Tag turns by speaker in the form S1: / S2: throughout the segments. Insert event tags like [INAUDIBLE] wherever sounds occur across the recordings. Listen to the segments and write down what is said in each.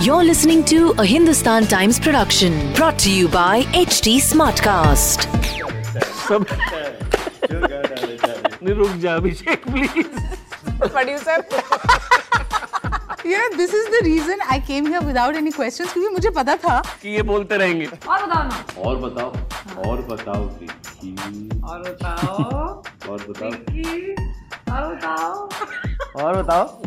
S1: You're listening to a Hindustan Times production brought to you by HD Smartcast.
S2: रुक जा Abhishek please
S3: producer यार this is the reason I came here without any questions क्योंकि मुझे पता था
S2: कि ये बोलते रहेंगे
S3: और बताओ ना
S4: और बताओ और बताओ विक्की
S3: और बताओ
S4: और बताओ
S3: और बताओ
S5: और बताओ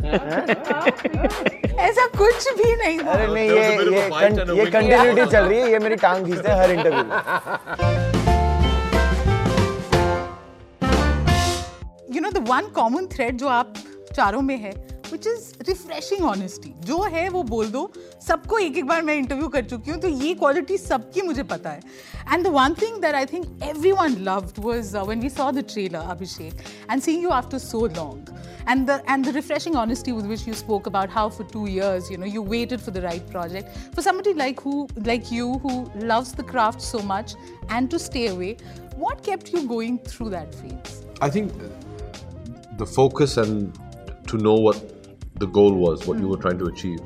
S3: ऐसा कुछ भी नहीं था
S5: अरे नहीं ये ये कं- ये कंटिन्यूटी चल रही है ये मेरी टांग खींचते हैं हर इंटरव्यू में
S3: you know the one common thread जो आप चारों में है विच इज रिफ्रेशिंग ऑनेस्टी जो है वो बोल दो सबको एक एक बार मैं इंटरव्यू कर चुकी हूँ तो ये क्वालिटी सबकी मुझे पता है and the one thing that I think everyone loved was when we saw the trailer Abhishek and seeing you after so long And the and the refreshing honesty with which you spoke about how for two years, you know, you waited for the right project. For somebody like who like you who loves the craft so much and to stay away, what kept you going through that phase?
S4: I think the focus and to know what the goal was, what you were trying to achieve.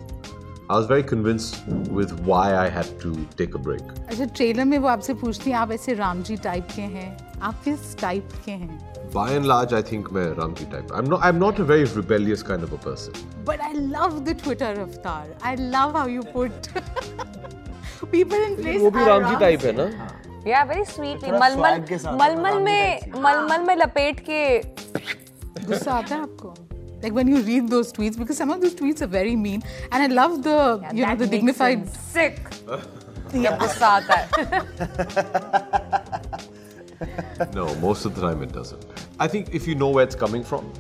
S4: I was very convinced with why I had to take a break.
S3: अच्छा trailer में वो आपसे पूछती हैं आप ऐसे Ram ji type के हैं आप किस टाइप के हैं
S4: By and large, I think मैं Ramji type. I'm not. I'm not a very rebellious kind of a person.
S3: But I love the Twitter avatar I love how you [LAUGHS] put people in place
S2: वो भी Ramji type है ना
S6: या very sweetly
S5: थोड़ा
S6: मलमल
S5: swag के साथ
S6: मलमल
S5: रामजी
S6: में
S5: type
S6: मलमल में लपेट के
S3: गुस्सा आता है आपको Like when you read those tweets, because some of those tweets are very mean, and I love the you know the dignified.
S6: सिक जब गुस्सा आता है
S4: No, most of the time it doesn't. I think if you know where it's coming from,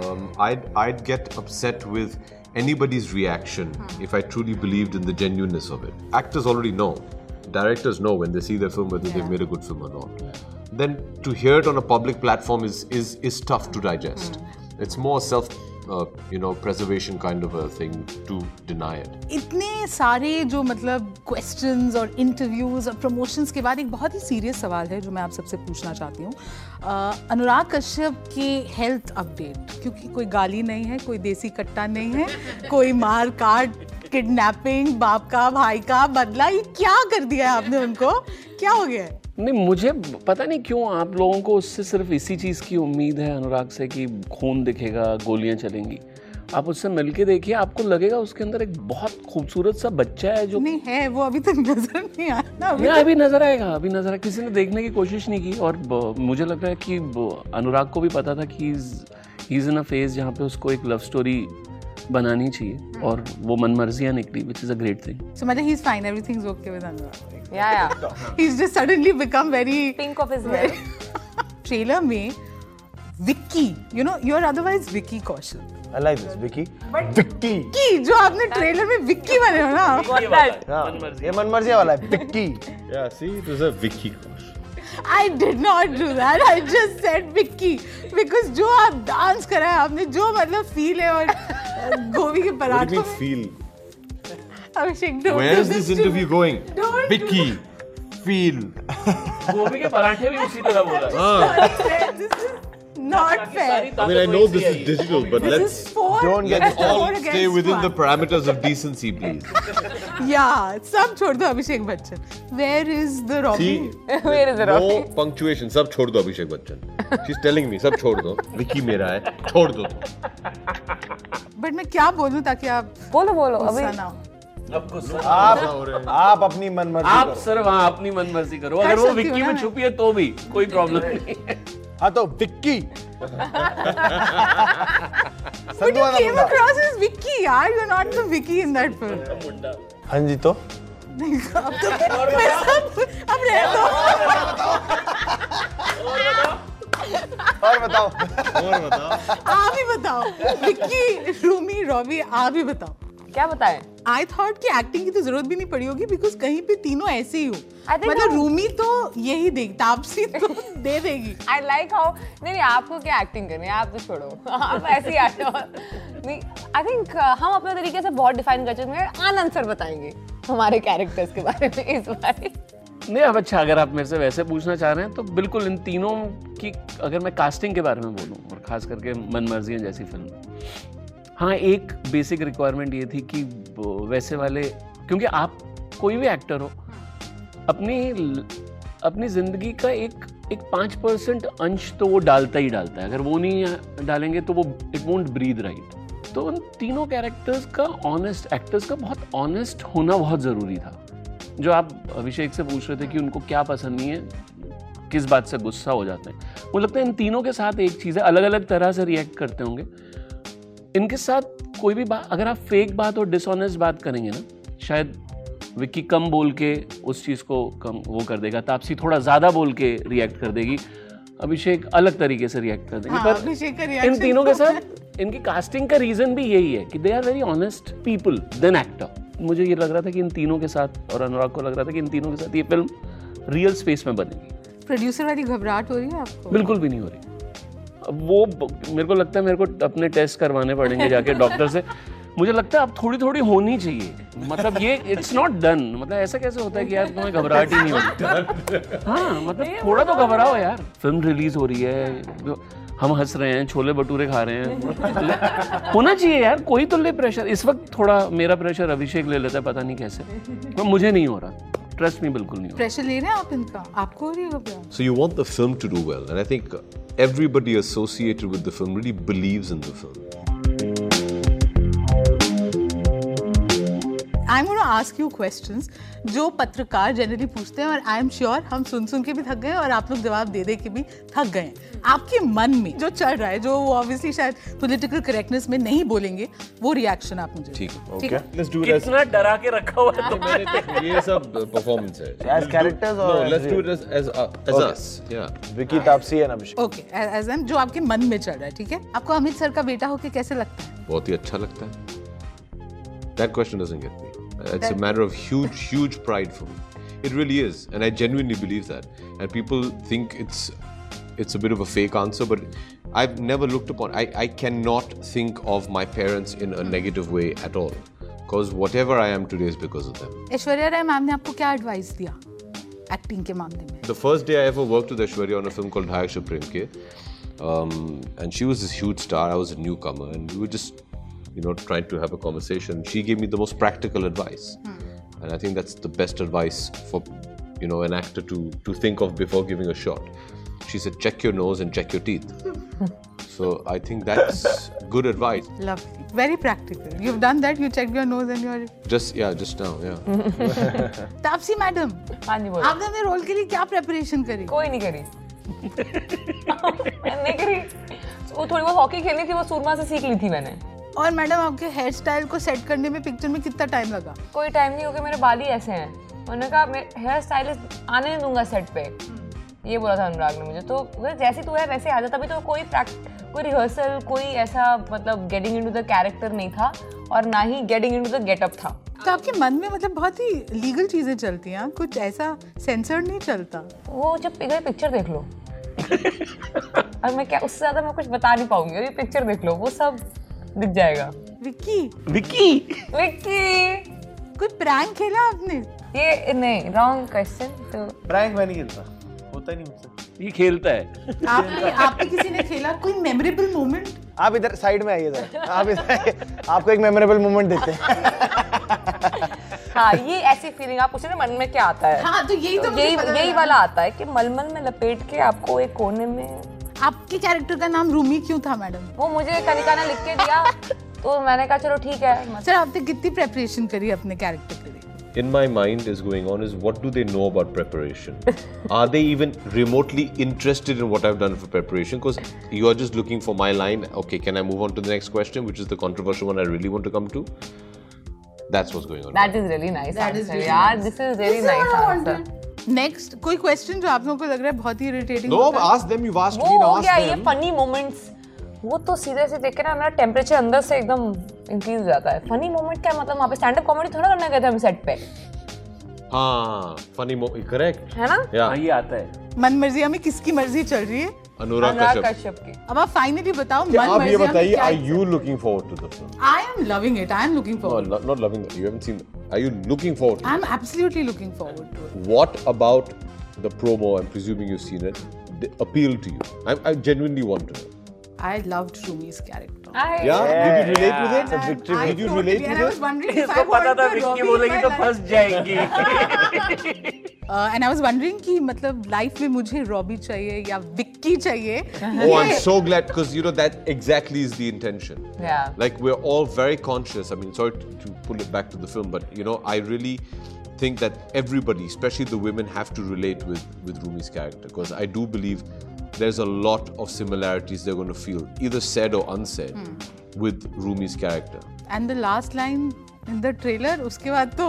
S4: um, I'd, I'd get upset with anybody's reaction if I truly believed in the genuineness of it. Actors already know, directors know when they see their film whether they've made a good film or not. Then to hear it on a public platform is is, is tough to digest. It's more self, uh, you know, preservation kind of a thing to deny it.
S3: इतने सारे जो मतलब questions और interviews और promotions के बाद एक बहुत ही serious सवाल है जो मैं आप सबसे पूछना चाहती हूँ अह, अनुराग कश्यप की health update क्योंकि कोई गाली नहीं है कोई देसी कट्टा नहीं है कोई मार काट किडनैपिंग बाप का भाई का बदला ये क्या कर दिया है आपने उनको क्या हो गया है
S2: नहीं मुझे पता नहीं क्यों आप लोगों को उससे सिर्फ इसी चीज़ की उम्मीद है अनुराग से कि खून दिखेगा गोलियां चलेंगी आप उससे मिलके देखिए आपको लगेगा उसके अंदर एक बहुत खूबसूरत सा बच्चा है जो
S3: नहीं है वो अभी तक नजर नहीं आया ना अभी
S2: नहीं अभी नजर आएगा अभी नजर आएगा किसी ने देखने की कोशिश नहीं की और ब- मुझे लग रहा है कि ब- अनुराग को भी पता था कि इज इन अ फेज जहाँ पे उसको एक लव स्टोरी बनानी चाहिए और वो मनमर्जियां निकली which is a great thing
S3: So मतलब he's fine, everything's okay with Anurag.
S6: Yeah yeah
S3: He's just suddenly become very
S6: pink of his hair
S3: trailer में Vicky you know you are otherwise Vicky Kaushal
S5: I like this Vicky Vicky
S3: की जो आपने trailer में विक्की बने हो ना आप।
S5: हाँ ये मनमर्जी वाला है Vicky
S4: Yeah, see, it was a Vicky crush.
S3: I did not do that. I just said Vicky because जो आप डांस करा है आपने जो मतलब फील है और अ, गोभी के
S4: What do
S3: पराठों
S4: you mean feel?
S3: में- अभिषेक don't do
S4: Where is this
S3: to me. [LAUGHS]
S4: interview going?
S3: Don't do
S4: Vicky, feel.
S2: गोभी के पराठे भी उसी तरह बोला था
S3: that. This is not fair.
S4: I mean, I know this is digital, but
S3: This
S4: let's
S3: is four.
S5: Don't get
S3: against
S4: all
S3: four
S4: stay
S3: against
S4: within
S3: one.
S4: the parameters of decency,
S3: [LAUGHS]
S4: please.
S3: Yeah, सब छोड़ दो Abhishek Bachchan. Where is the Rocky?
S4: See, no punctuation. सब छोड़ दो Abhishek Bachchan. She's telling me सब छोड़ दो. विकी मेरा है. छोड़ दो.
S3: But मैं क्या बोलूँ ताकि आप
S6: बोलो बोलो अभी
S3: गुस्सा ना हो.
S5: आप आप अपनी मनमर्जी
S2: आप
S5: करो
S2: सर हाँ अपनी मनमर्जी करो अगर वो
S3: सकती हूँ
S2: विक्की
S3: ना
S2: में
S3: मैं।
S2: छुपी है तो भी कोई प्रॉब्लम नहीं है
S5: हाँ तो विक्की
S3: But
S5: संधू
S3: you
S5: वाला
S3: came
S5: मुंडा।
S3: across as Vicky, यार. You're not the Vicky in that film.
S5: हाँ जी तो
S3: नहीं, अब तो मैं सब अब रह दो
S5: और बताओ
S3: आप ही बताओ विक्की रूमी रॉबी आप ही बताओ
S6: क्या बताएं
S3: आई थॉट कि एक्टिंग की तो जरूरत भी नहीं पड़ी होगी बिकॉज कहीं पे तीनों ऐसे ही हो
S6: think
S3: मतलब
S6: हम-
S3: रूमी तो यही देख तापसी तो दे देगी
S6: आई लाइक हाउ नहीं नहीं आपको क्या एक्टिंग करनी है आप तो छोड़ो आप ऐसे ही आ जाओ नहीं आई थिंक हम अपने तरीके से बहुत डिफाइन कर चुके हैं आनंद सर बताएंगे हमारे कैरेक्टर्स के बारे में इस बार
S2: नहीं अब अच्छा अगर आप मेरे से वैसे पूछना चाह रहे हैं तो बिल्कुल इन तीनों की अगर मैं कास्टिंग के बारे में बोलूँ और खास करके मन मर्जियाँ जैसी फिल्म हाँ एक बेसिक रिक्वायरमेंट ये थी कि वो वैसे वाले क्योंकि आप कोई भी एक्टर हो अपनी ल- अपनी ज़िंदगी का एक एक पाँच परसेंट अंश तो वो डालता ही डालता है अगर वो नहीं डालेंगे तो वो इट वोंट ब्रीद राइट तो उन तीनों कैरेक्टर्स का ऑनेस्ट एक्टर्स का बहुत ऑनेस्ट होना बहुत ज़रूरी था जो आप अभिषेक से पूछ रहे थे कि उनको क्या पसंद नहीं है किस बात से गुस्सा हो जाते हैं मुझे लगता है इन तीनों के साथ एक चीज़ है अलग अलग तरह से रिएक्ट करते होंगे इनके साथ कोई भी बात अगर आप फेक बात और डिसऑनेस्ट बात करेंगे ना शायद विक्की कम बोल के उस चीज़ को कम वो कर देगा तापसी थोड़ा ज़्यादा बोल के रिएक्ट कर देगी अभिषेक अलग तरीके से रिएक्ट कर देंगे
S3: हाँ, अभिषेक का
S2: इन
S3: reaction
S2: तीनों के
S3: तो-
S2: साथ इनकी कास्टिंग का रीज़न भी यही है कि they are very honest people then actor मुझे ये लग रहा था कि इन तीनों के साथ और अनुराग को लग रहा था कि इन तीनों के साथ ये फिल्म रियल स्पेस में बनेगी
S3: प्रोड्यूसर वाली घबराहट हो रही है आपको
S2: बिल्कुल भी नहीं हो रही अब वो ब- मेरे को लगता है मेरे को अपने टेस्ट करवाने पड़ेंगे [LAUGHS] जाके डॉक्टर से मुझे लगता है अब थोड़ी थोड़ी होनी चाहिए मतलब ये इट्स नॉट डन मतलब ऐसा कैसे होता है कि यार तुम्हें घबराहट ही नहीं होती हाँ मतलब थोड़ा तो घबराओ यार फिल्म रिलीज हो रही है जो- हम हंस रहे हैं छोले भटूरे खा रहे हैं [LAUGHS] होना चाहिए यार कोई तो ले प्रेशर इस वक्त थोड़ा मेरा प्रेशर अभिषेक ले लेता है पता नहीं कैसे पर मुझे नहीं हो रहा ट्रस्ट मी बिल्कुल नहीं हो रहा
S3: प्रेशर ले रहे हैं आप इनका आपको हो रही है घबराहट
S4: So you want the film to do well, and I think everybody associated with the film really believes in the film.
S3: I am ask you question जो पत्रकार जनरली पूछते हैं और आई एम श्योर हम सुन सुन के भी थक गए हैं और आप लोग जवाब दे दे के भी थक गए हैं आपके मन में जो चल रहा है जो वो ऑब्वियसली शायद पॉलिटिकल करेक्टनेस में नहीं बोलेंगे वो रिएक्शन आप मुझे
S4: ठीक है,
S3: ठीक है
S7: Let's do this.
S2: कितना डरा के रखा हुआ है तुमने
S4: ये सब परफॉर्मेंस है
S5: As characters or
S4: no,
S5: as
S4: let's do
S5: real?
S4: it as as, uh, as
S5: Okay.
S4: us yeah
S5: Vicky Taapsee and Abhishek
S3: okay as am जो आपके मन में चल रहा है ठीक है आपको अमित सर का बेटा होके कैसे लगता है
S4: बहुत ही अच्छा लगता है that question doesn't get me it's a matter of huge huge pride for me it really is and I genuinely believe that and people think it's it's a bit of a fake answer but I've never looked upon I, I cannot think of my parents in a negative way at all because whatever I am today is because of them
S3: Aishwarya Rai ma'am ने आपको क्या advice दिया acting के मामले में
S4: The first day I ever worked with Aishwarya on a film called Hayaksha Premke, um, and she was this huge star. I was a newcomer, and we were just, you know, trying to have a conversation. She gave me the most practical advice, and I think that's the best advice for, you know, an actor to to think of before giving a shot. She said, check your nose and check your teeth. so I think that's good advice.
S3: Lovely very practical you done that you check your nose and your
S4: Just yeah, just now, yeah.
S3: Taapsee madam
S6: हाँ जी बोलो
S3: आपने अपने role के लिए क्या preparation करी
S6: कोई नहीं करी मैंने नहीं करी वो थोड़ी बहुत हॉकी खेलनी थी वो सूरमा से सीख ली थी मैंने
S3: और मैडम आपके हेयर स्टाइल को सेट करने में पिक्चर में कितना टाइम लगा
S6: कोई टाइम नहीं हो गया मेरे बाल ही ऐसे हैं उन्होंने कहा मैं हेयर स्टाइलिस्ट आने नहीं दूंगा सेट पे ये बोला था अनुराग ने मुझे तो वो जैसे तू है वैसे आ जा तभी तो कोई प्रैक्ट कोई रिहर्सल कोई ऐसा मतलब गेटिंग इनटू द कैरेक्टर नहीं था और ना ही गेटिंग इनटू द गेटअप था
S3: तो आपके मन में मतलब बहुत ही लीगल चीजें चलती हैं हाँ? कुछ ऐसा सेंसर्ड नहीं चलता
S6: वो जब पिघल पिक्चर देख लो और मैं क्या उससे ज़्यादा मैं कुछ बता नहीं पाऊंगी ये पिक्चर देख लो वो सब दिख जाएगा
S3: विक्की
S2: विक्की
S6: विक्की
S3: कोई प्रैंक खेला आपने
S6: ये नहीं रॉन्ग क्वेश्चन तो
S5: प्रैंक मैं नहीं खेलता होता ही नहीं मुझसे
S2: ये खेलता है
S3: आपने आपने किसी ने खेला कोई मेमोरेबल मोमेंट
S5: आप इधर साइड में आइए जरा आप इधर आइए। आपको एक मेमोरेबल मोमेंट देते हैं
S6: हाँ ये ऐसी फीलिंग आप पूछे ना मन में क्या आता है
S3: हाँ तो यही तो मुझे
S6: यही
S3: पता
S6: यही
S3: लगा।
S6: वाला आता है कि मलमल में लपेट के आपको एक कोने में
S3: आपके कैरेक्टर का नाम रूमी क्यों था मैडम
S6: वो मुझे कनिका ने लिख के दिया तो मैंने कहा चलो ठीक है मत-
S3: सर आपने कितनी प्रेपरेशन करी अपने कैरेक्टर के लिए
S4: In my mind is going on is what do they know about [LAUGHS] preparation? are they even remotely interested in what I've done for preparation? Because you are just looking for my line. Okay, can I move on to the next question, which is the controversial one I really want to come to? That's what's going on.
S6: That is really nice answer, यार. This is really nice answer.
S3: Next कोई question जो आप लोगों को लग रहा है बहुत ही irritating
S4: No, ask them. You've asked me.
S6: वो
S4: Now
S6: हो
S4: ask
S6: गया ये
S4: them.
S6: फनी मोमेंट्स वो तो सीधे से देख के ना मेरा टेम्परेचर अंदर से एकदम इंक्रीज हो जाता है फनी मोमेंट क्या मतलब वहाँ पे स्टैंड अप कॉमेडी थोड़ा करना गए थे हम सेट पे
S4: Ah, funny mo. Correct.
S6: है ना
S2: हाँ
S4: Yeah.
S2: ये आता है
S3: मन मर्जी हमें किसकी मर्जी चल रही है
S4: Anurag
S6: अनुराग
S4: Kashyap.
S6: कश्यप की
S3: अब आप फाइनली बताओ
S4: Yeah,
S3: मन
S4: आप ये
S3: मर्जी हमें
S4: बताइए,
S3: क्या
S4: are you looking forward to the film?
S3: I am loving it I am looking
S4: No,
S3: forward
S4: lo- not loving it. You haven't seen. Are you looking forward? To
S3: I am absolutely looking forward to
S4: it? What about the promo? I'm presuming you've seen it. The appeal to you. I, I genuinely want to know.
S3: It I loved Rumi's character
S6: I
S4: Yeah. Did you relate with it?
S5: It's a victory.
S4: Did you relate with it?
S2: इसको पता था विक्की बोलेगी तो फंस जाएंगी
S3: and I was wondering कि मतलब life में मुझे रॉबी चाहिए या विक्की चाहिए
S4: Oh, I'm so glad because you know that exactly is the intention.
S6: Yeah.
S4: Like we're all very conscious. I mean, sorry to, to pull it back to the film, but you know, I really think that everybody, especially the women, have to relate with with Rumi's character because I do believe there's a lot of similarities they're going to feel, either said or unsaid, with Rumi's character.
S3: And the last line in the trailer उसके बाद तो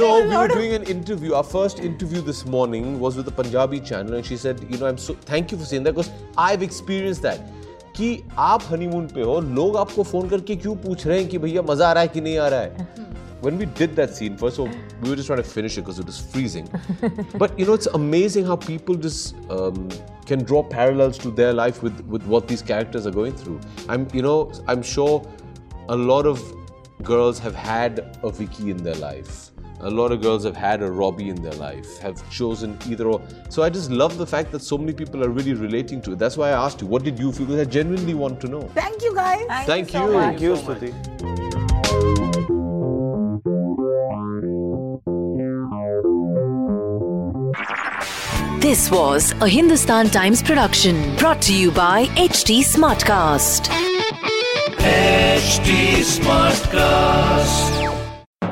S3: [LAUGHS]
S4: know, we were doing an interview. Our first interview this morning was with the Punjabi channel, and she said, "You know, I'm so thank you for saying that because I've experienced that." कि आप honeymoon पे हो लोग आपको phone करके क्यों पूछ रहे हैं कि भैया मजा आ रहा है कि नहीं आ रहा है When we did that scene first, so we were just trying to finish it because it was freezing. but you know, it's amazing how people just um, can draw parallels to their life with with what these characters are going through. I'm, you know, I'm sure a lot of girls have had a Vicky in their life. A lot of girls have had a Robbie in their life, have chosen either or. So I just love the fact that so many people are really relating to it. That's why I asked you, what did you feel? Because I genuinely want to know.
S3: Thank you guys
S4: Thank you.
S5: Thank you, Stuti.
S1: This was a Hindustan Times production brought to you by HT Smartcast.